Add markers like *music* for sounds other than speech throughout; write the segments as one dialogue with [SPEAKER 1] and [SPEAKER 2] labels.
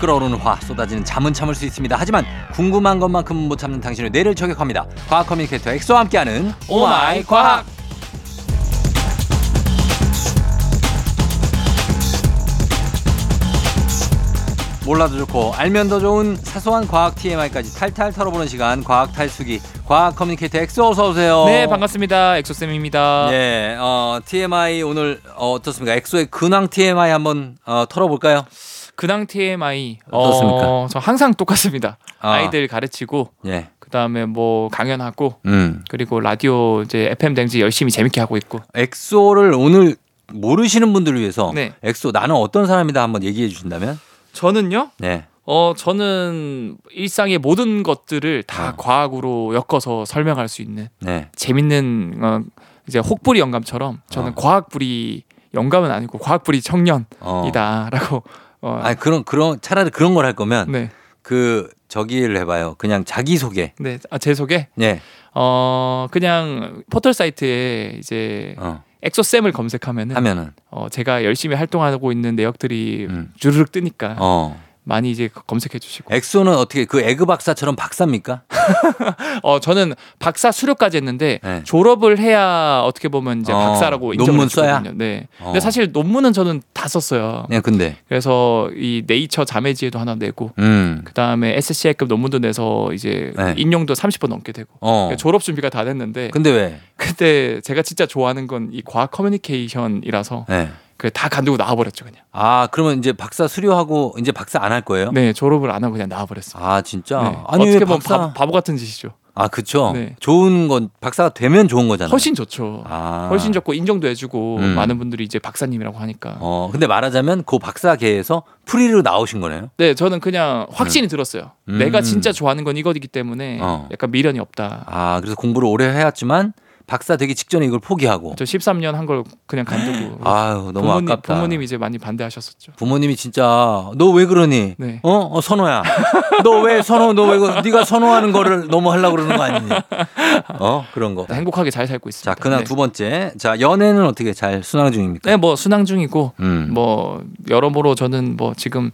[SPEAKER 1] 끓어오르는 화 쏟아지는 잠은 참을 수 있습니다. 하지만 궁금한 것만큼은 못 참는 당신의 뇌를 저격합니다. 과학 커뮤니케이터 엑소와 함께하는 오마이 과학. 몰라도 좋고 알면 더 좋은 사소한 과학 TMI까지 탈탈 털어보는 시간 과학 탈수기 과학 커뮤니케이터 엑소 어서 오세요.
[SPEAKER 2] 네 반갑습니다 엑소쌤입니다
[SPEAKER 1] 예, 어, TMI 오늘 어, 어떻습니까? 엑소의 근황 TMI 한번 어, 털어볼까요?
[SPEAKER 2] 근황 TMI
[SPEAKER 1] 어떻습니까?
[SPEAKER 2] 어, 저 항상 똑같습니다
[SPEAKER 1] 아.
[SPEAKER 2] 아. 이들 가르치고
[SPEAKER 1] 예,
[SPEAKER 2] 그 다음에 뭐 강연하고
[SPEAKER 1] 음,
[SPEAKER 2] 그리고 라디오 이제 FM 댕지 열심히 재밌게 하고 있고
[SPEAKER 1] 엑소를 오늘 모르시는 분들을 위해서
[SPEAKER 2] 네.
[SPEAKER 1] 엑소 나는 어떤 사람이다 한번 얘기해 주신다면,
[SPEAKER 2] 저는요
[SPEAKER 1] 네,
[SPEAKER 2] 어 저는 일상의 모든 것들을 다
[SPEAKER 1] 아.
[SPEAKER 2] 과학으로 엮어서 설명할 수 있는
[SPEAKER 1] 네,
[SPEAKER 2] 재밌는 어, 이제 혹부리 영감처럼 저는
[SPEAKER 1] 어.
[SPEAKER 2] 과학부리 영감은 아니고 과학부리
[SPEAKER 1] 어.
[SPEAKER 2] 청년이다라고 어,
[SPEAKER 1] 아니 그런 그런 차라리 그런 걸 할 거면
[SPEAKER 2] 네,
[SPEAKER 1] 그 저기를 해봐요. 그냥 자기 소개.
[SPEAKER 2] 네, 아, 제 소개
[SPEAKER 1] 네,
[SPEAKER 2] 어 그냥 포털 사이트에 이제
[SPEAKER 1] 어,
[SPEAKER 2] 엑소쌤을 검색하면은
[SPEAKER 1] 하면은,
[SPEAKER 2] 어 제가 열심히 활동하고 있는 내역들이
[SPEAKER 1] 음.
[SPEAKER 2] 주르륵 뜨니까
[SPEAKER 1] 어,
[SPEAKER 2] 많이 이제 그 검색해 주시고
[SPEAKER 1] 엑소는 어떻게 그 에그 박사처럼 박사입니까?
[SPEAKER 2] 어 저는 박사 수료까지 했는데
[SPEAKER 1] 네.
[SPEAKER 2] 졸업을 해야 어떻게 보면 이제
[SPEAKER 1] 어,
[SPEAKER 2] 박사라고
[SPEAKER 1] 논문
[SPEAKER 2] 인정을
[SPEAKER 1] 써야?
[SPEAKER 2] 주거든요. 네.
[SPEAKER 1] 어.
[SPEAKER 2] 근데 사실 논문은 저는 다 썼어요.
[SPEAKER 1] 네, 근데,
[SPEAKER 2] 그래서 이 네이처 자매지에도 하나 내고
[SPEAKER 1] 음,
[SPEAKER 2] 그다음에 SCI급 논문도 내서 이제
[SPEAKER 1] 네.
[SPEAKER 2] 인용도 30번 넘게 되고
[SPEAKER 1] 어, 그
[SPEAKER 2] 그러니까 네. 졸업 준비가 다 됐는데
[SPEAKER 1] 근데 왜?
[SPEAKER 2] 그때 제가 진짜 좋아하는 건 이 과학 커뮤니케이션이라서
[SPEAKER 1] 네.
[SPEAKER 2] 그 다 간두고 나와버렸죠 그냥.
[SPEAKER 1] 아, 그러면 이제 박사 수료하고 이제 박사 안 할 거예요?
[SPEAKER 2] 네 졸업을 안 하고 그냥 나와버렸어요.
[SPEAKER 1] 아, 진짜?
[SPEAKER 2] 네.
[SPEAKER 1] 어? 아니, 왜
[SPEAKER 2] 어떻게 보면
[SPEAKER 1] 박사?
[SPEAKER 2] 바, 보 같은 짓이죠.
[SPEAKER 1] 아, 그쵸.
[SPEAKER 2] 네.
[SPEAKER 1] 좋은 건, 박사가 되면 좋은 거잖아요.
[SPEAKER 2] 훨씬 좋죠.
[SPEAKER 1] 아.
[SPEAKER 2] 훨씬 좋고 인정도 해주고
[SPEAKER 1] 음.
[SPEAKER 2] 많은 분들이 이제 박사님이라고 하니까.
[SPEAKER 1] 어, 근데 말하자면 그 박사계에서 프리로 나오신 거네요.
[SPEAKER 2] 네 저는 그냥 확신이 들었어요.
[SPEAKER 1] 음.
[SPEAKER 2] 내가 진짜 좋아하는 건 이거이기 때문에
[SPEAKER 1] 어.
[SPEAKER 2] 약간 미련이 없다.
[SPEAKER 1] 아, 그래서 공부를 오래 해왔지만 박사 되기 직전에 이걸 포기하고.
[SPEAKER 2] 저 13년 한 걸 그냥 간두고
[SPEAKER 1] 아. *gasps* 아유, 너무
[SPEAKER 2] 부모님,
[SPEAKER 1] 아깝다.
[SPEAKER 2] 부모님이 이제 많이 반대하셨었죠.
[SPEAKER 1] 부모님이 진짜 너 왜 그러니?
[SPEAKER 2] 네.
[SPEAKER 1] 어? 어, 선호야. 너 왜 선호? 너 왜 그- 네가 선호하는 거를 너무 하려고 그러는 거 아니니? 어, 그런 거.
[SPEAKER 2] 행복하게 잘 살고 있습니다.
[SPEAKER 1] 자, 근황
[SPEAKER 2] 네.
[SPEAKER 1] 두 번째. 자, 연애는 어떻게 잘 순항 중입니까?
[SPEAKER 2] 네, 뭐 순항 중이고
[SPEAKER 1] 음.
[SPEAKER 2] 뭐 여러모로 저는 뭐 지금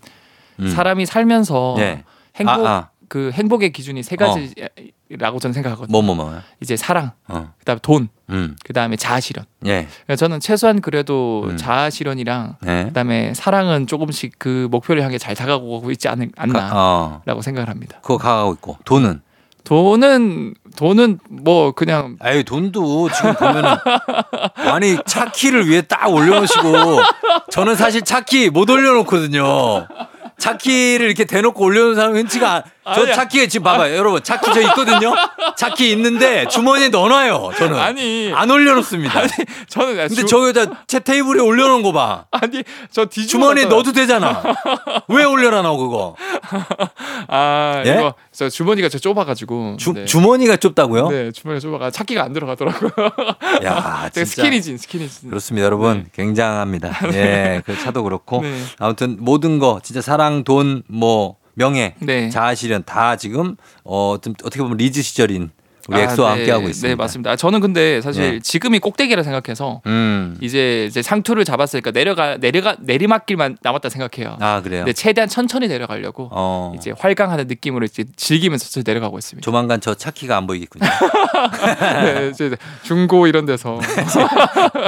[SPEAKER 1] 음.
[SPEAKER 2] 사람이 살면서
[SPEAKER 1] 네.
[SPEAKER 2] 어, 행복
[SPEAKER 1] 아, 아.
[SPEAKER 2] 그 행복의 기준이 세 가지라고 저는 생각하거든요.
[SPEAKER 1] 뭐, 뭐, 어. 뭐.
[SPEAKER 2] 이제 사랑,
[SPEAKER 1] 어.
[SPEAKER 2] 그다음에 돈,
[SPEAKER 1] 음.
[SPEAKER 2] 그다음에 자아 실현.
[SPEAKER 1] 예.
[SPEAKER 2] 그러니까 저는 최소한 그래도
[SPEAKER 1] 음.
[SPEAKER 2] 자아 실현이랑
[SPEAKER 1] 네.
[SPEAKER 2] 그다음에 사랑은 조금씩 그 목표를 향해 잘 다가오고 있지 않, 않나라고
[SPEAKER 1] 어.
[SPEAKER 2] 생각을 합니다.
[SPEAKER 1] 그거 가고 있고. 돈은?
[SPEAKER 2] 돈은 돈은 뭐 그냥
[SPEAKER 1] 아유, 돈도 지금 보면은. 아니, 차 키를 위에 딱 올려놓으시고. 저는 사실 차 키 못 올려놓거든요. 차 키를 이렇게 대놓고 올려놓은 사람 흔치가 않.
[SPEAKER 2] 아니야.
[SPEAKER 1] 저차 키에 지금 봐봐요. 여러분, 차 키 저 있거든요? 차 키 있는데 주머니에 넣어놔요. 저는.
[SPEAKER 2] *laughs* 아니
[SPEAKER 1] 안 올려놓습니다.
[SPEAKER 2] 저는
[SPEAKER 1] 근데
[SPEAKER 2] 주-
[SPEAKER 1] 저 여자 제 테이블에 올려놓은 거 봐.
[SPEAKER 2] 아니 저 뒤집어
[SPEAKER 1] 주머니에
[SPEAKER 2] 놨잖아요.
[SPEAKER 1] 넣어도 되잖아. 왜 올려놔, 그거?
[SPEAKER 2] 아
[SPEAKER 1] 예?
[SPEAKER 2] 이거 저 주머니가 저 좁아가지고
[SPEAKER 1] 주,
[SPEAKER 2] 네.
[SPEAKER 1] 주머니가 좁다고요?
[SPEAKER 2] 네, 주머니가 좁아가 찾기가 안 들어가더라고요.
[SPEAKER 1] 야, *laughs* 진짜.
[SPEAKER 2] 제가 스키니진, 스키니진.
[SPEAKER 1] 그렇습니다, 여러분.
[SPEAKER 2] *laughs*
[SPEAKER 1] 굉장합니다. 예, 그 차도 그렇고.
[SPEAKER 2] 네.
[SPEAKER 1] 아무튼 모든 거, 진짜 사랑, 돈, 뭐, 명예,
[SPEAKER 2] 네.
[SPEAKER 1] 자아실현 다 지금, 어, 좀 어떻게 보면 리즈 시절인 우리
[SPEAKER 2] 아,
[SPEAKER 1] 엑소와
[SPEAKER 2] 네,
[SPEAKER 1] 함께하고 있습니다.
[SPEAKER 2] 네, 맞습니다. 아, 저는 근데 사실
[SPEAKER 1] 예.
[SPEAKER 2] 지금이 꼭대기라 생각해서
[SPEAKER 1] 음.
[SPEAKER 2] 이제 이제 상투를 잡았으니까 내려가 내려가 내리막길만 남았다 생각해요.
[SPEAKER 1] 아, 그래요?
[SPEAKER 2] 근데 최대한 천천히 내려가려고
[SPEAKER 1] 어.
[SPEAKER 2] 이제 활강하는 느낌으로 이제 즐기면서 천천히 내려가고
[SPEAKER 1] *laughs*
[SPEAKER 2] 있습니다.
[SPEAKER 1] 조만간 저 차키가 안 보이겠군요.
[SPEAKER 2] 네, 이제 중고
[SPEAKER 1] *laughs*
[SPEAKER 2] 이런 데서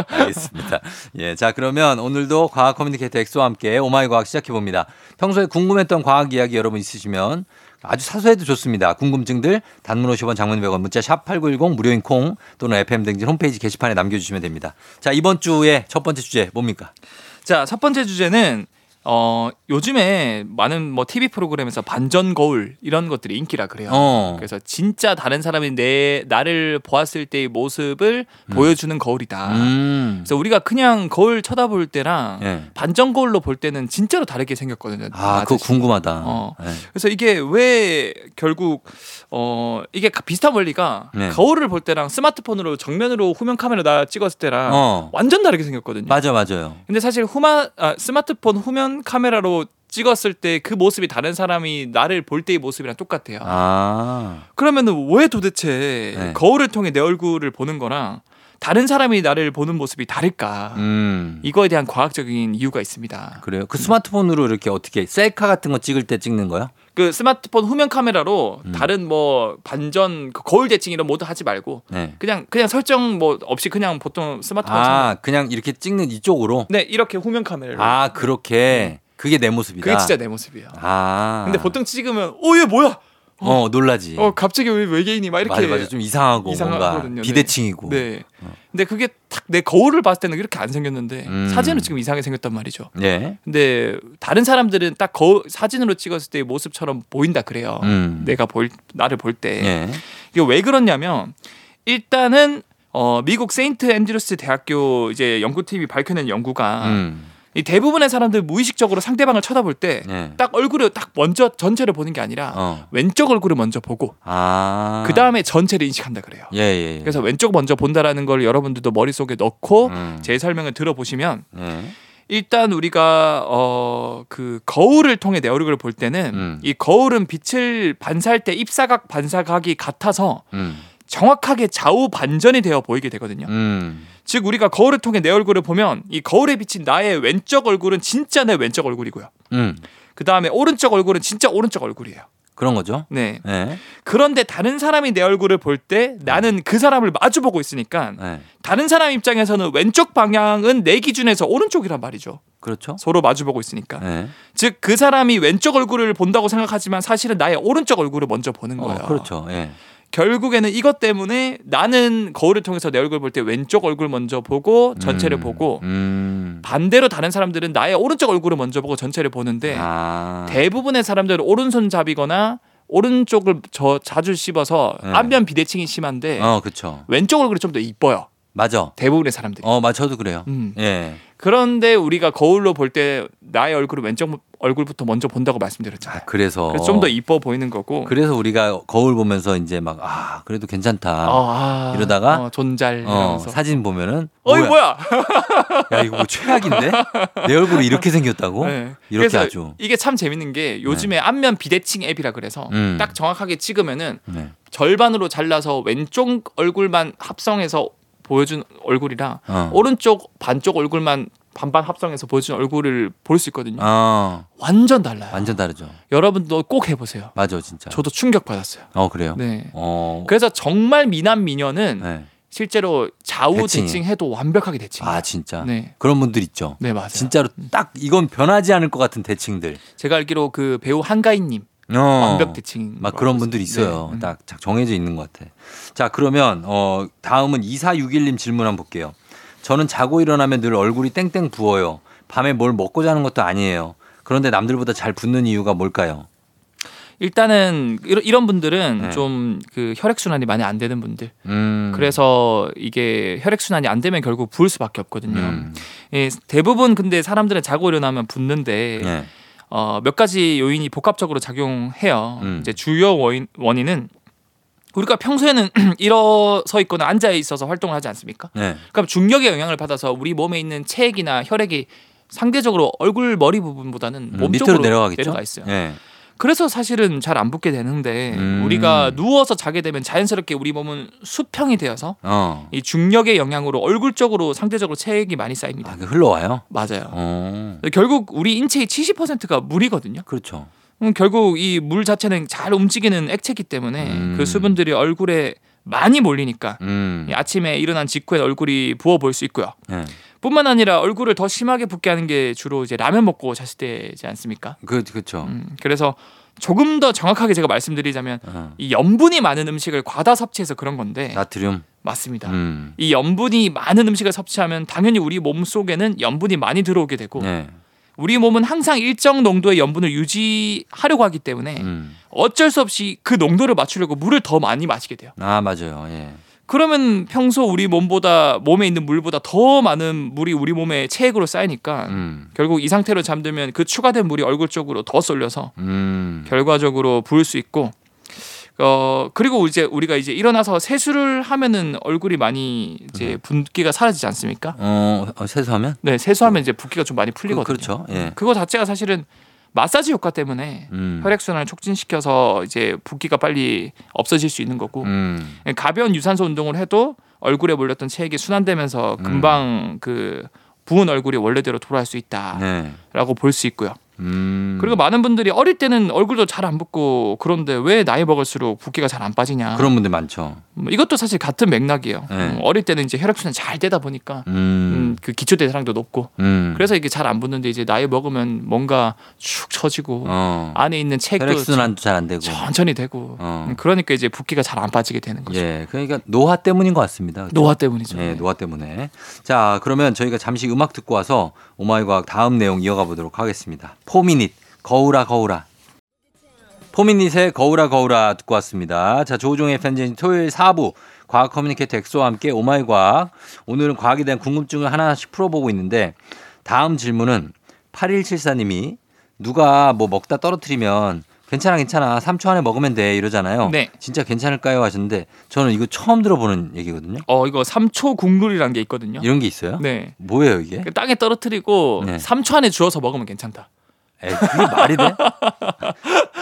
[SPEAKER 1] 알겠습니다. 예, 자 그러면 오늘도 과학 커뮤니케이터 엑소와 함께 오마이 과학 시작해 봅니다. 평소에 궁금했던 과학 이야기 여러분 있으시면 아주 사소해도 좋습니다. 궁금증들 단문 50원, 장문 100원, 문자 샵 #8910 무료인 콩 또는 FM 댕진 홈페이지 게시판에 남겨주시면 됩니다. 자 이번 주에 첫 번째 주제 뭡니까?
[SPEAKER 2] 자, 첫 번째 주제는 어, 요즘에 많은 뭐 TV 프로그램에서 반전 거울 이런 것들이 인기라 그래요.
[SPEAKER 1] 어,
[SPEAKER 2] 그래서 진짜 다른 사람이 내 나를 보았을 때의 모습을 보여주는 거울이다.
[SPEAKER 1] 음,
[SPEAKER 2] 그래서 우리가 그냥 거울 쳐다볼 때랑
[SPEAKER 1] 예,
[SPEAKER 2] 반전 거울로 볼 때는 진짜로 다르게 생겼거든요.
[SPEAKER 1] 아
[SPEAKER 2] 아저씨.
[SPEAKER 1] 그거 궁금하다.
[SPEAKER 2] 어.
[SPEAKER 1] 예.
[SPEAKER 2] 그래서 이게 왜 결국 어 이게 가- 비슷한 원리가
[SPEAKER 1] 네.
[SPEAKER 2] 거울을 볼 때랑 스마트폰으로 정면으로 후면 카메라 찍었을 때랑
[SPEAKER 1] 어,
[SPEAKER 2] 완전 다르게 생겼거든요.
[SPEAKER 1] 맞아 맞아요.
[SPEAKER 2] 근데 사실 후마 아, 스마트폰 후면 카메라로 찍었을 때 그 모습이 다른 사람이 나를 볼 때의 모습이랑 똑같아요.
[SPEAKER 1] 아,
[SPEAKER 2] 그러면은 왜 도대체
[SPEAKER 1] 네.
[SPEAKER 2] 거울을 통해 내 얼굴을 보는 거랑 다른 사람이 나를 보는 모습이 다를까
[SPEAKER 1] 음.
[SPEAKER 2] 이거에 대한 과학적인 이유가 있습니다.
[SPEAKER 1] 그래요. 그 스마트폰으로 이렇게 어떻게 셀카 같은 거 찍을 때 찍는 거요?
[SPEAKER 2] 그 스마트폰 후면 카메라로
[SPEAKER 1] 음.
[SPEAKER 2] 다른 뭐 반전 그 거울 대칭 이런 모드 하지 말고
[SPEAKER 1] 네.
[SPEAKER 2] 그냥 그냥 설정 뭐 없이 그냥 보통 스마트폰 아.
[SPEAKER 1] 아, 그냥 이렇게 찍는 이쪽으로.
[SPEAKER 2] 네 이렇게 후면 카메라로
[SPEAKER 1] 아, 그렇게 그게 내 모습이다.
[SPEAKER 2] 그게 진짜 내 모습이에요.
[SPEAKER 1] 아.
[SPEAKER 2] 근데 보통 찍으면 어 얘 뭐야?
[SPEAKER 1] 어, 놀라지.
[SPEAKER 2] 어 갑자기 왜 외계인이 막 이렇게
[SPEAKER 1] 맞아 맞아 좀 이상하고
[SPEAKER 2] 이상하거든요.
[SPEAKER 1] 뭔가
[SPEAKER 2] 네.
[SPEAKER 1] 비대칭이고.
[SPEAKER 2] 네.
[SPEAKER 1] 어.
[SPEAKER 2] 근데 그게 딱 내 거울을 봤을 때는 이렇게 안 생겼는데
[SPEAKER 1] 음.
[SPEAKER 2] 사진은 지금 이상하게 생겼단 말이죠.
[SPEAKER 1] 네.
[SPEAKER 2] 근데 다른 사람들은 딱 거울 사진으로 찍었을 때의 모습처럼 보인다 그래요.
[SPEAKER 1] 음.
[SPEAKER 2] 내가 볼 나를 볼 때.
[SPEAKER 1] 예.
[SPEAKER 2] 이게 왜 그렇냐면 일단은 어, 미국 세인트 앤드루스 대학교 이제 연구팀이 밝혀낸 연구가
[SPEAKER 1] 음.
[SPEAKER 2] 이 대부분의 사람들 무의식적으로 상대방을 쳐다볼 때 딱
[SPEAKER 1] 예.
[SPEAKER 2] 얼굴을 딱 먼저 전체를 보는 게 아니라
[SPEAKER 1] 어.
[SPEAKER 2] 왼쪽 얼굴을 먼저 보고
[SPEAKER 1] 아.
[SPEAKER 2] 그 다음에 전체를 인식한다 그래요.
[SPEAKER 1] 예, 예. 예.
[SPEAKER 2] 그래서 왼쪽 먼저 본다라는 걸 여러분들도 머릿속에 넣고
[SPEAKER 1] 음.
[SPEAKER 2] 제 설명을 들어보시면
[SPEAKER 1] 예.
[SPEAKER 2] 일단 우리가 어 그 거울을 통해 내 얼굴을 볼 때는
[SPEAKER 1] 음.
[SPEAKER 2] 이 거울은 빛을 반사할 때 입사각 반사각이 같아서
[SPEAKER 1] 음.
[SPEAKER 2] 정확하게 좌우 반전이 되어 보이게 되거든요.
[SPEAKER 1] 음.
[SPEAKER 2] 즉 우리가 거울을 통해 내 얼굴을 보면 이 거울에 비친 나의 왼쪽 얼굴은 진짜 내 왼쪽 얼굴이고요.
[SPEAKER 1] 음.
[SPEAKER 2] 그 다음에 오른쪽 얼굴은 진짜 오른쪽 얼굴이에요.
[SPEAKER 1] 그런 거죠?
[SPEAKER 2] 네.
[SPEAKER 1] 예.
[SPEAKER 2] 그런데 다른 사람이 내 얼굴을 볼 때 나는 그 사람을 마주 보고 있으니까
[SPEAKER 1] 예.
[SPEAKER 2] 다른 사람 입장에서는 왼쪽 방향은 내 기준에서 오른쪽이란 말이죠.
[SPEAKER 1] 그렇죠?
[SPEAKER 2] 서로 마주 보고 있으니까.
[SPEAKER 1] 예.
[SPEAKER 2] 즉 그 사람이 왼쪽 얼굴을 본다고 생각하지만 사실은 나의 오른쪽 얼굴을 먼저 보는 거예요.
[SPEAKER 1] 어, 그렇죠. 예.
[SPEAKER 2] 결국에는 이것 때문에 나는 거울을 통해서 내 얼굴 볼 때 왼쪽 얼굴 먼저 보고 전체를
[SPEAKER 1] 음.
[SPEAKER 2] 보고
[SPEAKER 1] 음.
[SPEAKER 2] 반대로 다른 사람들은 나의 오른쪽 얼굴을 먼저 보고 전체를 보는데
[SPEAKER 1] 아.
[SPEAKER 2] 네. 대부분의 사람들은 오른손잡이거나 오른쪽을 저 자주 씹어서
[SPEAKER 1] 네.
[SPEAKER 2] 안면 비대칭이 심한데
[SPEAKER 1] 어, 그렇죠.
[SPEAKER 2] 왼쪽 얼굴이 좀 더 이뻐요.
[SPEAKER 1] 맞아.
[SPEAKER 2] 대부분의 사람들이.
[SPEAKER 1] 어, 맞춰도 그래요.
[SPEAKER 2] 음.
[SPEAKER 1] 예.
[SPEAKER 2] 그런데 우리가 거울로 볼 때 나의 얼굴을 왼쪽 얼굴부터 먼저 본다고 말씀드렸잖아요.
[SPEAKER 1] 아, 그래서
[SPEAKER 2] 그래서 좀 더 이뻐 보이는 거고.
[SPEAKER 1] 그래서 우리가 거울 보면서 이제 막 아, 그래도 괜찮다. 어,
[SPEAKER 2] 아,
[SPEAKER 1] 이러다가
[SPEAKER 2] 어, 존잘 이러면서
[SPEAKER 1] 사진 보면은
[SPEAKER 2] 어이
[SPEAKER 1] 뭐야,
[SPEAKER 2] 뭐야?
[SPEAKER 1] 야, 이거 뭐 최악인데? 내 얼굴이 이렇게 생겼다고?
[SPEAKER 2] 네.
[SPEAKER 1] 이렇게
[SPEAKER 2] 그래서
[SPEAKER 1] 아주.
[SPEAKER 2] 이게 참 재밌는 게 요즘에 안면 비대칭 앱이라 그래서
[SPEAKER 1] 네. 음.
[SPEAKER 2] 어, 딱 정확하게 찍으면은
[SPEAKER 1] 네.
[SPEAKER 2] 절반으로 잘라서 왼쪽 얼굴만 합성해서 보여준 얼굴이랑
[SPEAKER 1] 어.
[SPEAKER 2] 오른쪽 반쪽 얼굴만 반반 합성해서 보여준 얼굴을 볼 수 있거든요.
[SPEAKER 1] 아,
[SPEAKER 2] 완전 달라요.
[SPEAKER 1] 완전 네. 다르죠.
[SPEAKER 2] 여러분도 꼭 해보세요.
[SPEAKER 1] 맞아, 진짜.
[SPEAKER 2] 저도 충격 받았어요.
[SPEAKER 1] 어, 그래요?
[SPEAKER 2] 네.
[SPEAKER 1] 어.
[SPEAKER 2] 그래서 정말 미남 미녀는
[SPEAKER 1] 네.
[SPEAKER 2] 실제로 좌우
[SPEAKER 1] 대칭이.
[SPEAKER 2] 대칭해도 완벽하게 대칭.
[SPEAKER 1] 아, 진짜.
[SPEAKER 2] 네.
[SPEAKER 1] 그런 분들 있죠.
[SPEAKER 2] 네 맞아요.
[SPEAKER 1] 진짜로 딱 이건 변하지 않을 것 같은 대칭들.
[SPEAKER 2] 제가 알기로 그 배우 한가인님
[SPEAKER 1] 어.
[SPEAKER 2] 완벽 대칭.
[SPEAKER 1] 막 그런 분들이 있어요. 음.
[SPEAKER 2] 네.
[SPEAKER 1] 딱 자- 정해져 있는 것 같아. 자, 그러면 어 다음은 2461님 질문 한번 볼게요. 저는 자고 일어나면 늘 얼굴이 땡땡 부어요. 밤에 뭘 먹고 자는 것도 아니에요. 그런데 남들보다 잘 붓는 이유가 뭘까요?
[SPEAKER 2] 일단은 이런, 이런 분들은
[SPEAKER 1] 네.
[SPEAKER 2] 좀 그 혈액 순환이 많이 안 되는 분들.
[SPEAKER 1] 음.
[SPEAKER 2] 그래서 이게 혈액 순환이 안 되면 결국 부을 수밖에 없거든요.
[SPEAKER 1] 음.
[SPEAKER 2] 예, 대부분 근데 사람들은 자고 일어나면 붓는데
[SPEAKER 1] 예.
[SPEAKER 2] 어, 몇 가지 요인이 복합적으로 작용해요.
[SPEAKER 1] 음.
[SPEAKER 2] 이제 주요 원인, 원인은 우리가 평소에는 *clears throat* 일어서 있거나 앉아 있어서 활동을 하지 않습니까?
[SPEAKER 1] 예.
[SPEAKER 2] 그럼 중력의 영향을 받아서 우리 몸에 있는 체액이나 혈액이 상대적으로 얼굴 머리 부분보다는
[SPEAKER 1] 음,
[SPEAKER 2] 몸
[SPEAKER 1] 밑으로
[SPEAKER 2] 쪽으로
[SPEAKER 1] 내려가겠죠.
[SPEAKER 2] 내려가 있어요.
[SPEAKER 1] 예.
[SPEAKER 2] 그래서 사실은 잘 안 붓게 되는데
[SPEAKER 1] 음.
[SPEAKER 2] 우리가 누워서 자게 되면 자연스럽게 우리 몸은 수평이 되어서
[SPEAKER 1] 어.
[SPEAKER 2] 이 중력의 영향으로 얼굴 쪽으로 상대적으로 체액이 많이 쌓입니다.
[SPEAKER 1] 아, 이게 흘러와요.
[SPEAKER 2] 맞아요.
[SPEAKER 1] 어.
[SPEAKER 2] 결국 우리 인체의 70%가 물이거든요.
[SPEAKER 1] 그렇죠.
[SPEAKER 2] 그럼 결국 이 물 자체는 잘 움직이는 액체이기 때문에
[SPEAKER 1] 음.
[SPEAKER 2] 그 수분들이 얼굴에 많이 몰리니까
[SPEAKER 1] 음.
[SPEAKER 2] 이 아침에 일어난 직후에 얼굴이 부어 보일 수 있고요.
[SPEAKER 1] 예.
[SPEAKER 2] 뿐만 아니라 얼굴을 더 심하게 붓게 하는 게 주로 이제 라면 먹고 잤을 때지 않습니까?
[SPEAKER 1] 그 그렇죠.
[SPEAKER 2] 음, 그래서 조금 더 정확하게 제가 말씀드리자면
[SPEAKER 1] 어.
[SPEAKER 2] 이 염분이 많은 음식을 과다 섭취해서 그런 건데
[SPEAKER 1] 네. 나트륨.
[SPEAKER 2] 맞습니다.
[SPEAKER 1] 아. 음.
[SPEAKER 2] 이 염분이 많은 음식을 섭취하면 당연히 우리 몸 속에는 염분이 많이 들어오게 되고
[SPEAKER 1] 예.
[SPEAKER 2] 우리 몸은 항상 일정 농도의 염분을 유지하려고 하기 때문에
[SPEAKER 1] 음.
[SPEAKER 2] 어쩔 수 없이 그 농도를 맞추려고 물을 더 많이 마시게 돼요.
[SPEAKER 1] 아, 맞아요. 예.
[SPEAKER 2] 그러면 평소 우리 몸보다 몸에 있는 물보다 더 많은 물이 우리 몸에 체액으로 쌓이니까
[SPEAKER 1] 음.
[SPEAKER 2] 결국 이 상태로 잠들면 그 추가된 물이 얼굴 쪽으로 더 쏠려서
[SPEAKER 1] 음.
[SPEAKER 2] 결과적으로 부을 수 있고 어 그리고 이제 우리가 이제 일어나서 세수를 하면은 얼굴이 많이
[SPEAKER 1] 네.
[SPEAKER 2] 이제 붓기가 사라지지 않습니까?
[SPEAKER 1] 어, 어, 세수하면
[SPEAKER 2] 네, 세수하면 이제 붓기가 좀 많이 풀리거든요.
[SPEAKER 1] 그, 그렇죠. 예.
[SPEAKER 2] 그거 자체가 사실은 마사지 효과 때문에
[SPEAKER 1] 음.
[SPEAKER 2] 혈액 순환을 촉진시켜서 이제 붓기가 빨리 없어질 수 있는 거고 예,
[SPEAKER 1] 음.
[SPEAKER 2] 가벼운 유산소 운동을 해도 얼굴에 몰렸던 체액이
[SPEAKER 1] 음.
[SPEAKER 2] 순환되면서 금방 그 부은 얼굴이 원래대로 돌아올 수 있다라고
[SPEAKER 1] 네.
[SPEAKER 2] 볼 수 있고요.
[SPEAKER 1] 음.
[SPEAKER 2] 그리고 많은 분들이 어릴 때는 얼굴도 잘 안 붓고 그런데 왜 나이 먹을수록 붓기가 잘 안 빠지냐.
[SPEAKER 1] 그런 분들 많죠.
[SPEAKER 2] 뭐 이것도 사실 같은 맥락이에요.
[SPEAKER 1] 네.
[SPEAKER 2] 음, 어릴 때는 이제 혈액순환 잘 되다 보니까 음,
[SPEAKER 1] 음.
[SPEAKER 2] 그 기초 대사량도 높고
[SPEAKER 1] 음.
[SPEAKER 2] 그래서 이게 잘 안 붙는데 이제 나이 먹으면 뭔가 축 처지고
[SPEAKER 1] 어.
[SPEAKER 2] 안에 있는 체액도
[SPEAKER 1] 혈액순환도 잘 안 되고.
[SPEAKER 2] 천천히 되고
[SPEAKER 1] 어.
[SPEAKER 2] 음, 그러니까 이제 붓기가 잘 안 빠지게 되는 거죠.
[SPEAKER 1] 예. 그러니까 노화 때문인 것 같습니다.
[SPEAKER 2] 노화 때문이죠.
[SPEAKER 1] 네, 노화 때문에. 자, 그러면 저희가 잠시 음악 듣고 와서 오마이과학 다음 내용 이어가 보도록 하겠습니다. 포미닛, 거울아, 거울아. 포미닛의 거울아, 거울아 듣고 왔습니다. 자, 조우종의 편지 토요일 4부. 과학 커뮤니케이터 엑소와 함께 오마이과학. 오늘은 과학에 대한 궁금증을 하나씩 풀어보고 있는데 다음 질문은 8174님이 누가 뭐 먹다 떨어뜨리면 괜찮아, 괜찮아. 3초 안에 먹으면 돼. 이러잖아요.
[SPEAKER 2] 네.
[SPEAKER 1] 진짜 괜찮을까요? 하셨는데 저는 이거 처음 들어보는 얘기거든요.
[SPEAKER 2] 어 이거 3초 국룰이라는 게 있거든요.
[SPEAKER 1] 이런 게 있어요?
[SPEAKER 2] 네.
[SPEAKER 1] 뭐예요 이게?
[SPEAKER 2] 그 땅에 떨어뜨리고
[SPEAKER 1] 예? 네.
[SPEAKER 2] 3초 안에 주워서 먹으면 괜찮다.
[SPEAKER 1] 에이, 그게 말이 돼? *laughs*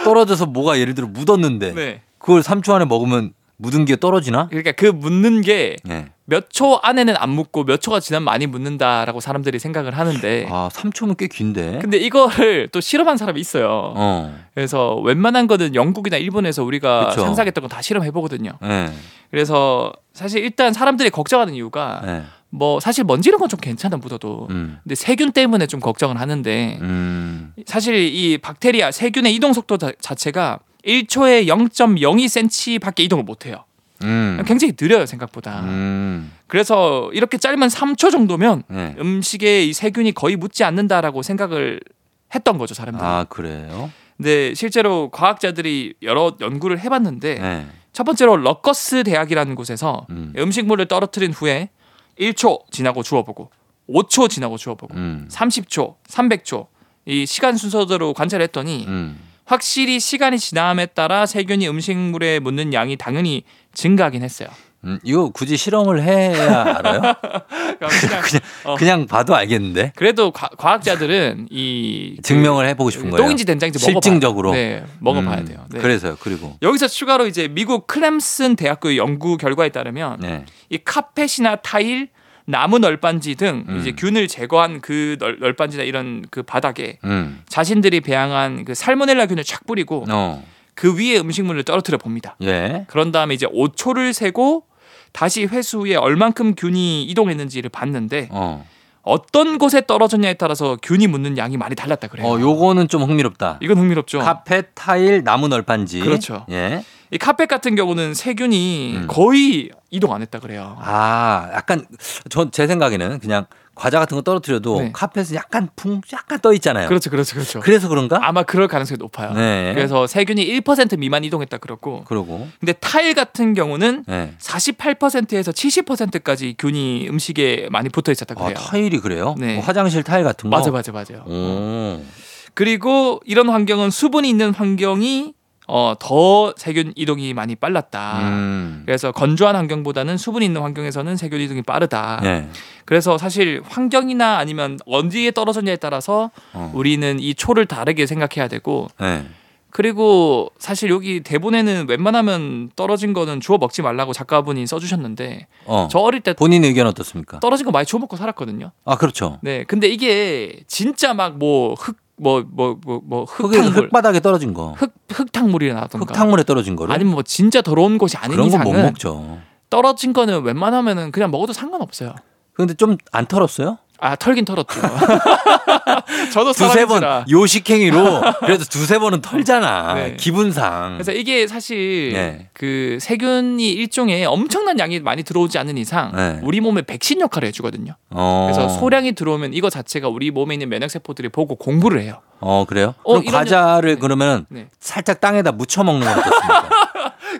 [SPEAKER 1] 떨어져서 뭐가 예를 들어 묻었는데
[SPEAKER 2] 네.
[SPEAKER 1] 그걸 3초 안에 먹으면 묻은 게 떨어지나?
[SPEAKER 2] 그러니까 그 묻는 게
[SPEAKER 1] 예.
[SPEAKER 2] 몇 초 안에는 안 묻고 몇 초가 지나면 많이 묻는다라고 사람들이 생각을 하는데
[SPEAKER 1] 아 3초면 꽤 긴데.
[SPEAKER 2] 근데 뭐 이거를 또 실험한 사람이 있어요.
[SPEAKER 1] 어.
[SPEAKER 2] 그래서 웬만한 거는 영국이나 일본에서 우리가
[SPEAKER 1] 그쵸.
[SPEAKER 2] 상상했던 건 다 실험해 보거든요.
[SPEAKER 1] 예.
[SPEAKER 2] 그래서 사실 일단 사람들이 걱정하는 이유가
[SPEAKER 1] 예.
[SPEAKER 2] 뭐 사실 먼지 이런 건 좀 괜찮아 묻어도
[SPEAKER 1] 음.
[SPEAKER 2] 근데 세균 때문에 좀 걱정을 하는데
[SPEAKER 1] 음.
[SPEAKER 2] 사실 이 박테리아 세균의 이동 속도 자- 자체가 1초에 0.02cm밖에 이동을 못 해요.
[SPEAKER 1] 음.
[SPEAKER 2] 굉장히 느려요 생각보다.
[SPEAKER 1] 음.
[SPEAKER 2] 그래서 이렇게 짧은 3초 정도면
[SPEAKER 1] 예.
[SPEAKER 2] 음식에 이 세균이 거의 묻지 않는다라고 생각을 했던 거죠 사람들이.
[SPEAKER 1] 아 그래요?
[SPEAKER 2] 근데 실제로 과학자들이 여러 연구를 해봤는데
[SPEAKER 1] 예.
[SPEAKER 2] 첫 번째로 러커스 대학이라는 곳에서
[SPEAKER 1] 음.
[SPEAKER 2] 음식물을 떨어뜨린 후에 1초 지나고 주워보고 5초 지나고 주워보고
[SPEAKER 1] 음.
[SPEAKER 2] 30초, 300초 이 시간 순서대로 관찰했더니
[SPEAKER 1] 음.
[SPEAKER 2] 확실히 시간이 지남에 따라 세균이 음식물에 묻는 양이 당연히 증가하긴 했어요.
[SPEAKER 1] 음. 이거 굳이 실험을 해야 알아요?
[SPEAKER 2] *laughs*
[SPEAKER 1] *laughs*
[SPEAKER 2] 그러니까 그냥 어.
[SPEAKER 1] 그냥 봐도 알겠는데.
[SPEAKER 2] 그래도 과, 학자들은 이
[SPEAKER 1] 증명을 해보고
[SPEAKER 2] 그
[SPEAKER 1] 싶은 거예요.
[SPEAKER 2] 똥인지 된장인지 먹어봐야
[SPEAKER 1] 실증적으로?
[SPEAKER 2] 돼요. 네, 먹어봐야
[SPEAKER 1] 음,
[SPEAKER 2] 돼요. 네.
[SPEAKER 1] 그래서요. 그리고.
[SPEAKER 2] 여기서 추가로 이제 미국 클램슨 대학교의 연구 결과에 따르면
[SPEAKER 1] 네.
[SPEAKER 2] 이 카펫이나 타일, 나무 널빤지 등
[SPEAKER 1] 음.
[SPEAKER 2] 이제 균을 제거한 그 널, 널빤지나 이런 그 바닥에
[SPEAKER 1] 음.
[SPEAKER 2] 자신들이 배양한 그 살모넬라 균을 착 뿌리고
[SPEAKER 1] 어.
[SPEAKER 2] 그 위에 음식물을 떨어뜨려 봅니다.
[SPEAKER 1] 예.
[SPEAKER 2] 그런 다음에 이제 5초를 세고 다시 회수 후에 얼만큼 균이 이동했는지를 봤는데
[SPEAKER 1] 어.
[SPEAKER 2] 어떤 곳에 떨어졌냐에 따라서 균이 묻는 양이 많이 달랐다 그래요.
[SPEAKER 1] 어, 요거는 좀 흥미롭다.
[SPEAKER 2] 이건 흥미롭죠.
[SPEAKER 1] 카펫, 타일, 나무 널판지.
[SPEAKER 2] 그렇죠.
[SPEAKER 1] 예.
[SPEAKER 2] 이 카펫 같은 경우는 세균이
[SPEAKER 1] 음.
[SPEAKER 2] 거의 이동 안 했다 그래요.
[SPEAKER 1] 아, 약간 전 제 생각에는 그냥 과자 같은 거 떨어뜨려도
[SPEAKER 2] 네.
[SPEAKER 1] 카펫은 약간 풍 약간 떠 있잖아요.
[SPEAKER 2] 그렇죠, 그렇죠, 그렇죠.
[SPEAKER 1] 래서 네. 그런가?
[SPEAKER 2] 아마 그럴 가능성이 높아요.
[SPEAKER 1] 네.
[SPEAKER 2] 그래서 세균이 1% 미만 이동했다 그렇고,
[SPEAKER 1] 그러고.
[SPEAKER 2] 근데 타일 같은 경우는
[SPEAKER 1] 예.
[SPEAKER 2] 48%에서 70%까지 균이 음식에 많이 붙어 있었다
[SPEAKER 1] 아, 어.
[SPEAKER 2] 그래요.
[SPEAKER 1] 타일이 그래요?
[SPEAKER 2] 네.
[SPEAKER 1] 뭐 화장실 타일 같은 거.
[SPEAKER 2] 맞아, 맞아, 맞아요.
[SPEAKER 1] 오.
[SPEAKER 2] 그리고 이런 환경은 수분이 있는 환경이 어, 더 세균 이동이 많이 빨랐다.
[SPEAKER 1] 음.
[SPEAKER 2] 그래서 건조한 환경보다는 수분이 있는 환경에서는 세균 이동이 빠르다.
[SPEAKER 1] 예.
[SPEAKER 2] 그래서 사실 환경이나 아니면 어디에 떨어졌냐에 따라서
[SPEAKER 1] 어.
[SPEAKER 2] 우리는 이 초를 다르게 생각해야 되고
[SPEAKER 1] 예.
[SPEAKER 2] 그리고 사실 여기 대본에는 웬만하면 떨어진 거는 주워 먹지 말라고 작가분이 써주셨는데
[SPEAKER 1] 어.
[SPEAKER 2] 저 어릴 때
[SPEAKER 1] 본인 의견 어떻습니까?
[SPEAKER 2] 떨어진 거 많이 주워 먹고 살았거든요.
[SPEAKER 1] 아, 그렇죠.
[SPEAKER 2] 네, 근데 이게 진짜 막 뭐 흙 뭐 뭐 뭐 뭐
[SPEAKER 1] 흙에
[SPEAKER 2] 흙탕물
[SPEAKER 1] 흙바닥에 떨어진 거.
[SPEAKER 2] 흙 흙탕물이라던가
[SPEAKER 1] 흙탕물에 떨어진 거를
[SPEAKER 2] 아니면 뭐 진짜 더러운 곳이 아닌
[SPEAKER 1] 그런 거 못
[SPEAKER 2] 이상은
[SPEAKER 1] 먹죠.
[SPEAKER 2] 떨어진 거는 웬만하면은 그냥 먹어도 상관없어요.
[SPEAKER 1] 그런데 좀 안 털었어요?
[SPEAKER 2] 아 털긴 털었죠. *laughs* 저도
[SPEAKER 1] 두세 번
[SPEAKER 2] 사람이라. *laughs*
[SPEAKER 1] 요식행위로 그래도 두세 번은 털잖아
[SPEAKER 2] 네.
[SPEAKER 1] 기분상
[SPEAKER 2] 그래서 이게 사실
[SPEAKER 1] 음. 네.
[SPEAKER 2] 그 세균이 일종의 엄청난 양이 많이 들어오지 않는 이상
[SPEAKER 1] 네.
[SPEAKER 2] 우리 몸에 백신 역할을 해주거든요.
[SPEAKER 1] 어.
[SPEAKER 2] 그래서 소량이 들어오면 이거 자체가 우리 몸에 있는 면역 세포들이 보고 공부를 해요. *laughs*
[SPEAKER 1] 어 그래요?
[SPEAKER 2] 어,
[SPEAKER 1] 그럼
[SPEAKER 2] 이런
[SPEAKER 1] 과자를
[SPEAKER 2] 네.
[SPEAKER 1] 그러면
[SPEAKER 2] 네.
[SPEAKER 1] 살짝 땅에다 묻혀 먹는 건 어떻습니까?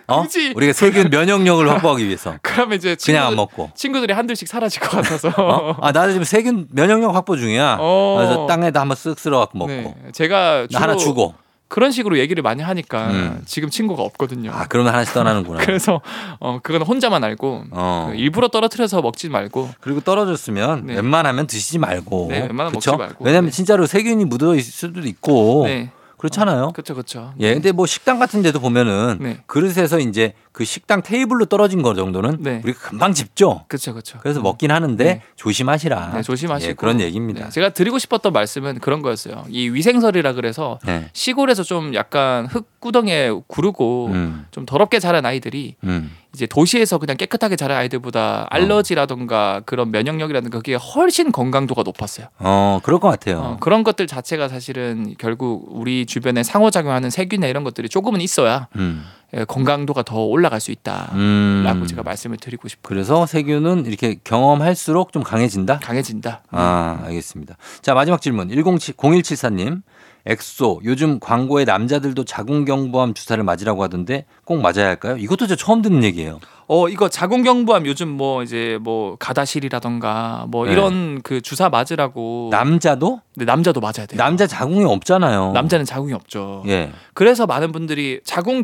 [SPEAKER 1] 어?
[SPEAKER 2] *laughs* 굳이-
[SPEAKER 1] 우리가 세균
[SPEAKER 2] *laughs*
[SPEAKER 1] 면역력을 확보하기 위해서
[SPEAKER 2] 그러면 이제 친구,
[SPEAKER 1] 그냥 안 먹고
[SPEAKER 2] 친구들이 한둘씩 사라질 것 같아서
[SPEAKER 1] *laughs* 어? 아 나도 지금 세균 면역력 확보 중이야
[SPEAKER 2] 어.
[SPEAKER 1] 그래서 땅에다 한번 쓱 쓸어 갖고 먹고
[SPEAKER 2] 네, 제가
[SPEAKER 1] 나 하나
[SPEAKER 2] 주로
[SPEAKER 1] 주고
[SPEAKER 2] 그런 식으로 얘기를 많이 하니까
[SPEAKER 1] 음.
[SPEAKER 2] 지금 친구가 없거든요.
[SPEAKER 1] 아, 그러면 하나씩 떠나는구나.
[SPEAKER 2] 그래서 어 그건 혼자만 알고
[SPEAKER 1] 어.
[SPEAKER 2] 그 일부러 떨어뜨려서 먹지 말고
[SPEAKER 1] 그리고 떨어졌으면
[SPEAKER 2] 네.
[SPEAKER 1] 웬만하면 드시지 말고.
[SPEAKER 2] 네, 웬만하면
[SPEAKER 1] 그쵸?
[SPEAKER 2] 먹지 말고.
[SPEAKER 1] 왜냐면
[SPEAKER 2] 네.
[SPEAKER 1] 진짜로 세균이 묻어 있을 수도 있고.
[SPEAKER 2] 네
[SPEAKER 1] 그렇잖아요.
[SPEAKER 2] 그렇죠 그렇죠.
[SPEAKER 1] 어. 예, 근데 뭐 식당 같은 데도 보면은
[SPEAKER 2] 네.
[SPEAKER 1] 그릇에서 이제 그 식당 테이블로 떨어진 거 정도는
[SPEAKER 2] 네.
[SPEAKER 1] 우리가 금방 집죠.
[SPEAKER 2] 그렇죠 그렇죠.
[SPEAKER 1] 그래서 먹긴 하는데
[SPEAKER 2] 네.
[SPEAKER 1] 조심하시라.
[SPEAKER 2] 네, 조심하시고
[SPEAKER 1] 예, 그런 얘기입니다.
[SPEAKER 2] 네, 제가 드리고 싶었던 말씀은 그런 거였어요. 이 위생설이라 그래서
[SPEAKER 1] 네.
[SPEAKER 2] 시골에서 좀 약간 흙구덩이에 구르고
[SPEAKER 1] 음,
[SPEAKER 2] 좀 더럽게 자란 아이들이
[SPEAKER 1] 음.
[SPEAKER 2] 이제 도시에서 그냥 깨끗하게 자란
[SPEAKER 1] 어.
[SPEAKER 2] 아이들보다 알러지라던가 그런 면역력이라든가 그게 훨씬 건강도가 높았어요.
[SPEAKER 1] 어, 그럴 것 같아요.
[SPEAKER 2] 어, 그런 것들 자체가 사실은 결국 우리 주변에 상호작용하는 세균이나 이런 것들이 조금은 있어야
[SPEAKER 1] 음.
[SPEAKER 2] 예, 건강도가 더 올라갈 수 있다라고
[SPEAKER 1] 음.
[SPEAKER 2] 제가 말씀을 드리고 싶어요.
[SPEAKER 1] 그래서 세균은 이렇게 경험할수록 좀 강해진다?
[SPEAKER 2] 강해진다.
[SPEAKER 1] 아, 알겠습니다. 자, 마지막 질문. 107, 0174님. 엑소, 요즘 광고에 남자들도 자궁경부암 주사를 맞으라고 하던데 꼭 맞아야 할까요? 이것도 저 처음 듣는 얘기예요.
[SPEAKER 2] 어 이거 자궁경부암 요즘 뭐 이제 뭐 가다실이라던가 뭐
[SPEAKER 1] 네.
[SPEAKER 2] 이런 그 주사 맞으라고
[SPEAKER 1] 남자도?
[SPEAKER 2] 근데 남자도 맞아야 돼요.
[SPEAKER 1] 남자 자궁이 없잖아요.
[SPEAKER 2] 남자는 자궁이 없죠.
[SPEAKER 1] 예.
[SPEAKER 2] 그래서 많은 분들이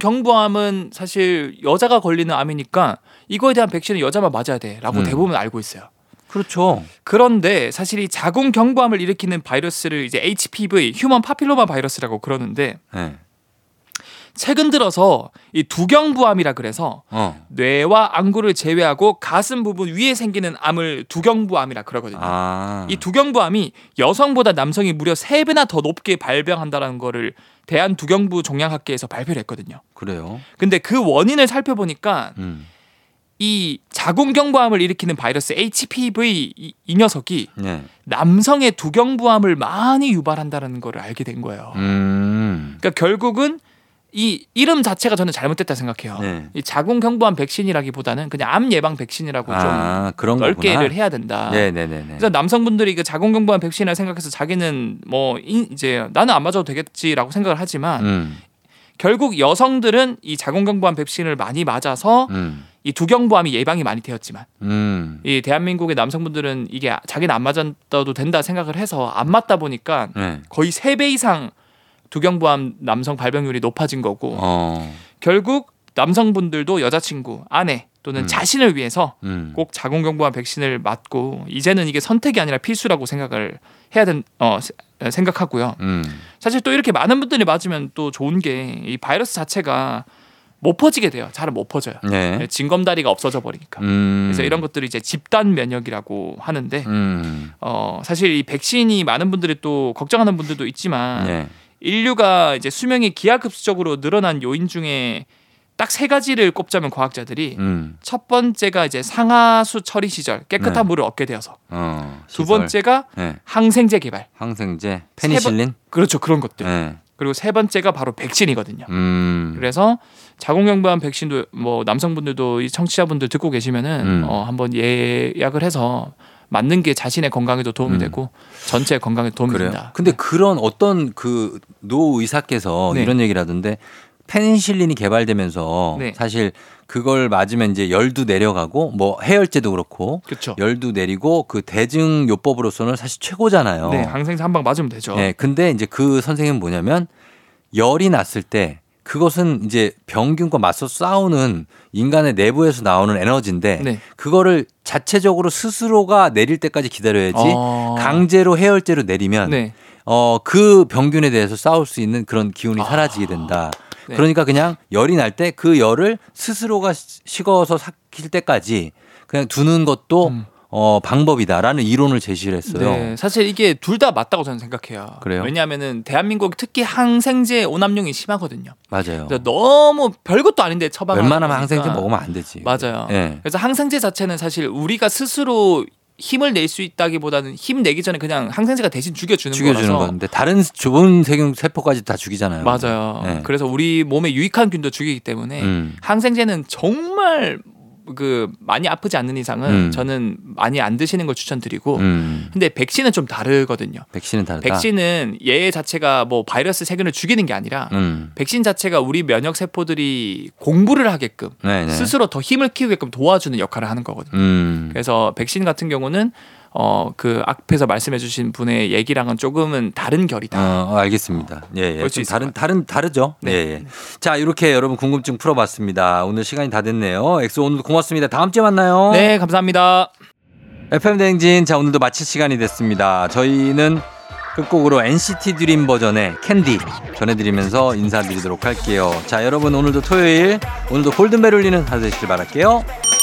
[SPEAKER 2] 자궁경부암은 사실 여자가 걸리는 암이니까 이거에 대한 백신은 여자만 맞아야 돼라고
[SPEAKER 1] 음.
[SPEAKER 2] 대부분 알고 있어요.
[SPEAKER 1] 그렇죠.
[SPEAKER 2] 그런데 사실 이 자궁경부암을 일으키는 바이러스를 이제 HPV 휴먼 파필로마 바이러스라고 그러는데
[SPEAKER 1] 예.
[SPEAKER 2] 최근 들어서 이 두경부암이라 그래서
[SPEAKER 1] 어.
[SPEAKER 2] 뇌와 안구를 제외하고 가슴 부분 위에 생기는 암을 두경부암이라 그러거든요.
[SPEAKER 1] 아.
[SPEAKER 2] 이 두경부암이 여성보다 남성이 무려 세배나더 높게 발병한다라는 거를 대한 두경부 종양학계에서 발표를 했거든요.
[SPEAKER 1] 그래요.
[SPEAKER 2] 근데 그 원인을 살펴보니까
[SPEAKER 1] 음.
[SPEAKER 2] 이 자궁경부암을 일으키는 바이러스 HPV 이, 이 녀석이
[SPEAKER 1] 예.
[SPEAKER 2] 남성의 두경부암을 많이 유발한다는 걸 알게 된 거예요.
[SPEAKER 1] 음.
[SPEAKER 2] 그러니까 결국은 이 이름 자체가 저는 잘못됐다 생각해요.
[SPEAKER 1] 네.
[SPEAKER 2] 이 자궁경부암 백신이라기보다는 그냥 암 예방 백신이라고
[SPEAKER 1] 아, 그런
[SPEAKER 2] 좀 넓게를
[SPEAKER 1] 거구나.
[SPEAKER 2] 해야 된다.
[SPEAKER 1] 네, 네, 네, 네.
[SPEAKER 2] 그래서 남성분들이 그 자궁경부암 백신을 생각해서 자기는 뭐 이- 이제 나는 안 맞아도 되겠지라고 생각을 하지만
[SPEAKER 1] 음.
[SPEAKER 2] 결국 여성들은 이 자궁경부암 백신을 많이 맞아서
[SPEAKER 1] 음.
[SPEAKER 2] 이 두경부암이 예방이 많이 되었지만
[SPEAKER 1] 음.
[SPEAKER 2] 이 대한민국의 남성분들은 이게 자기는 안 맞았다도 된다 생각을 해서 안 맞다 보니까
[SPEAKER 1] 네.
[SPEAKER 2] 거의 세 배 이상 두경부암 남성 발병률이 높아진 거고
[SPEAKER 1] 어.
[SPEAKER 2] 결국 남성분들도 여자친구, 아내 또는
[SPEAKER 1] 음.
[SPEAKER 2] 자신을 위해서
[SPEAKER 1] 음.
[SPEAKER 2] 꼭 자궁경부암 백신을 맞고 이제는 이게 선택이 아니라 필수라고 생각을 해야 된 어, 세- 에, 생각하고요.
[SPEAKER 1] 음.
[SPEAKER 2] 사실 또 이렇게 많은 분들이 맞으면 또 좋은 게 이 바이러스 자체가 못 퍼지게 돼요. 잘 못 퍼져요.
[SPEAKER 1] 네.
[SPEAKER 2] 징검다리가 없어져 버리니까.
[SPEAKER 1] 음.
[SPEAKER 2] 그래서 이런 것들이 이제 집단 면역이라고 하는데
[SPEAKER 1] 음.
[SPEAKER 2] 어 사실 이 백신이 많은 분들이 또 걱정하는 분들도 있지만
[SPEAKER 1] 네.
[SPEAKER 2] 인류가 이제 수명이 기하급수적으로 늘어난 요인 중에 딱 세 가지를 꼽자면 과학자들이
[SPEAKER 1] 음.
[SPEAKER 2] 첫 번째가 이제 상하수 처리 시절 깨끗한
[SPEAKER 1] 네.
[SPEAKER 2] 물을 얻게 되어서
[SPEAKER 1] 어.
[SPEAKER 2] 두
[SPEAKER 1] 시설.
[SPEAKER 2] 번째가
[SPEAKER 1] 네.
[SPEAKER 2] 항생제 개발
[SPEAKER 1] 항생제, 페니실린.
[SPEAKER 2] 그렇죠 그런 것들
[SPEAKER 1] 네.
[SPEAKER 2] 그리고 세 번째가 바로 백신이거든요.
[SPEAKER 1] 음.
[SPEAKER 2] 그래서 자궁경부암 백신도 뭐 남성분들도 이 청취자분들 듣고 계시면은
[SPEAKER 1] 음.
[SPEAKER 2] 어, 한번 예약을 해서 맞는 게 자신의 건강에도 도움이
[SPEAKER 1] 음.
[SPEAKER 2] 되고 전체 건강에 도움이
[SPEAKER 1] 그래요.
[SPEAKER 2] 된다.
[SPEAKER 1] 근데 그런 어떤 그 노 의사께서
[SPEAKER 2] 네.
[SPEAKER 1] 이런 얘기를 하던데 페니실린이 개발되면서
[SPEAKER 2] 네.
[SPEAKER 1] 사실 그걸 맞으면 이제 열도 내려가고 뭐 해열제도 그렇고
[SPEAKER 2] 그렇죠.
[SPEAKER 1] 열도 내리고 그 대증요법으로서는 사실 최고잖아요.
[SPEAKER 2] 네, 항생제 한 방 맞으면 되죠.
[SPEAKER 1] 어. 네, 근데 이제 그 선생님은 뭐냐면 열이 났을 때 그것은 이제 병균과 맞서 싸우는 인간의 내부에서 나오는 에너지인데
[SPEAKER 2] 네.
[SPEAKER 1] 그거를 자체적으로 스스로가 내릴 때까지 기다려야지
[SPEAKER 2] 어.
[SPEAKER 1] 강제로 해열제로 내리면
[SPEAKER 2] 네.
[SPEAKER 1] 어, 그 병균에 대해서 싸울 수 있는 그런 기운이
[SPEAKER 2] 아.
[SPEAKER 1] 사라지게 된다.
[SPEAKER 2] 네.
[SPEAKER 1] 그러니까 그냥 열이 날 때 그 열을 스스로가 시- 식어서 삭힐 때까지 그냥 두는 것도
[SPEAKER 2] 음.
[SPEAKER 1] 어, 방법이다라는 이론을 제시를 했어요.
[SPEAKER 2] 네, 사실 이게 둘 다 맞다고 저는 생각해요.
[SPEAKER 1] 그래요?
[SPEAKER 2] 왜냐하면은 대한민국 특히 항생제 오남용이 심하거든요.
[SPEAKER 1] 맞아요.
[SPEAKER 2] 그래서 너무 별것도 아닌데 처방.
[SPEAKER 1] 어. 웬만하면 항생제 먹으면 안 되지.
[SPEAKER 2] 맞아요.
[SPEAKER 1] 예.
[SPEAKER 2] 그래서 항생제 자체는 사실 우리가 스스로 힘을 낼 수 있다기보다는 힘 내기 전에 그냥 항생제가 대신 죽여주는,
[SPEAKER 1] 죽여주는
[SPEAKER 2] 거라서
[SPEAKER 1] 건데 다른 좋은 세균 세포까지 다 죽이잖아요.
[SPEAKER 2] 맞아요.
[SPEAKER 1] 네.
[SPEAKER 2] 그래서 우리 몸에 유익한 균도 죽이기 때문에
[SPEAKER 1] 음.
[SPEAKER 2] 항생제는 정말 그 많이 아프지 않는 이상은
[SPEAKER 1] 음.
[SPEAKER 2] 저는 많이 안 드시는 걸 추천드리고
[SPEAKER 1] 음.
[SPEAKER 2] 근데 백신은 좀 다르거든요.
[SPEAKER 1] 백신은 다르다.
[SPEAKER 2] 백신은 얘 자체가 뭐 바이러스 세균을 죽이는 게 아니라
[SPEAKER 1] 음.
[SPEAKER 2] 백신 자체가 우리 면역 세포들이 공부를 하게끔
[SPEAKER 1] 네, 네.
[SPEAKER 2] 스스로 더 힘을 키우게끔 도와주는 역할을 하는 거거든요.
[SPEAKER 1] 음.
[SPEAKER 2] 그래서 백신 같은 경우는 어 그 앞에서 말씀해주신 분의 얘기랑은 조금은 다른 결이다.
[SPEAKER 1] 어, 알겠습니다. 예, 예.
[SPEAKER 2] 볼수
[SPEAKER 1] 좀
[SPEAKER 2] 있을
[SPEAKER 1] 다른
[SPEAKER 2] 것
[SPEAKER 1] 다른 다르죠.
[SPEAKER 2] 네.
[SPEAKER 1] 예, 예. 자, 이렇게 여러분 궁금증 풀어봤습니다. 오늘 시간이 다 됐네요. 엑소 오늘도 고맙습니다. 다음 주에 만나요.
[SPEAKER 2] 네, 감사합니다.
[SPEAKER 1] FM 대행진 자 오늘도 마칠 시간이 됐습니다. 저희는 끝곡으로 NCT 드림 버전의 캔디 전해드리면서 인사드리도록 할게요. 자 여러분 오늘도 토요일 오늘도 골든벨 울리는 하루 되시길 바랄게요.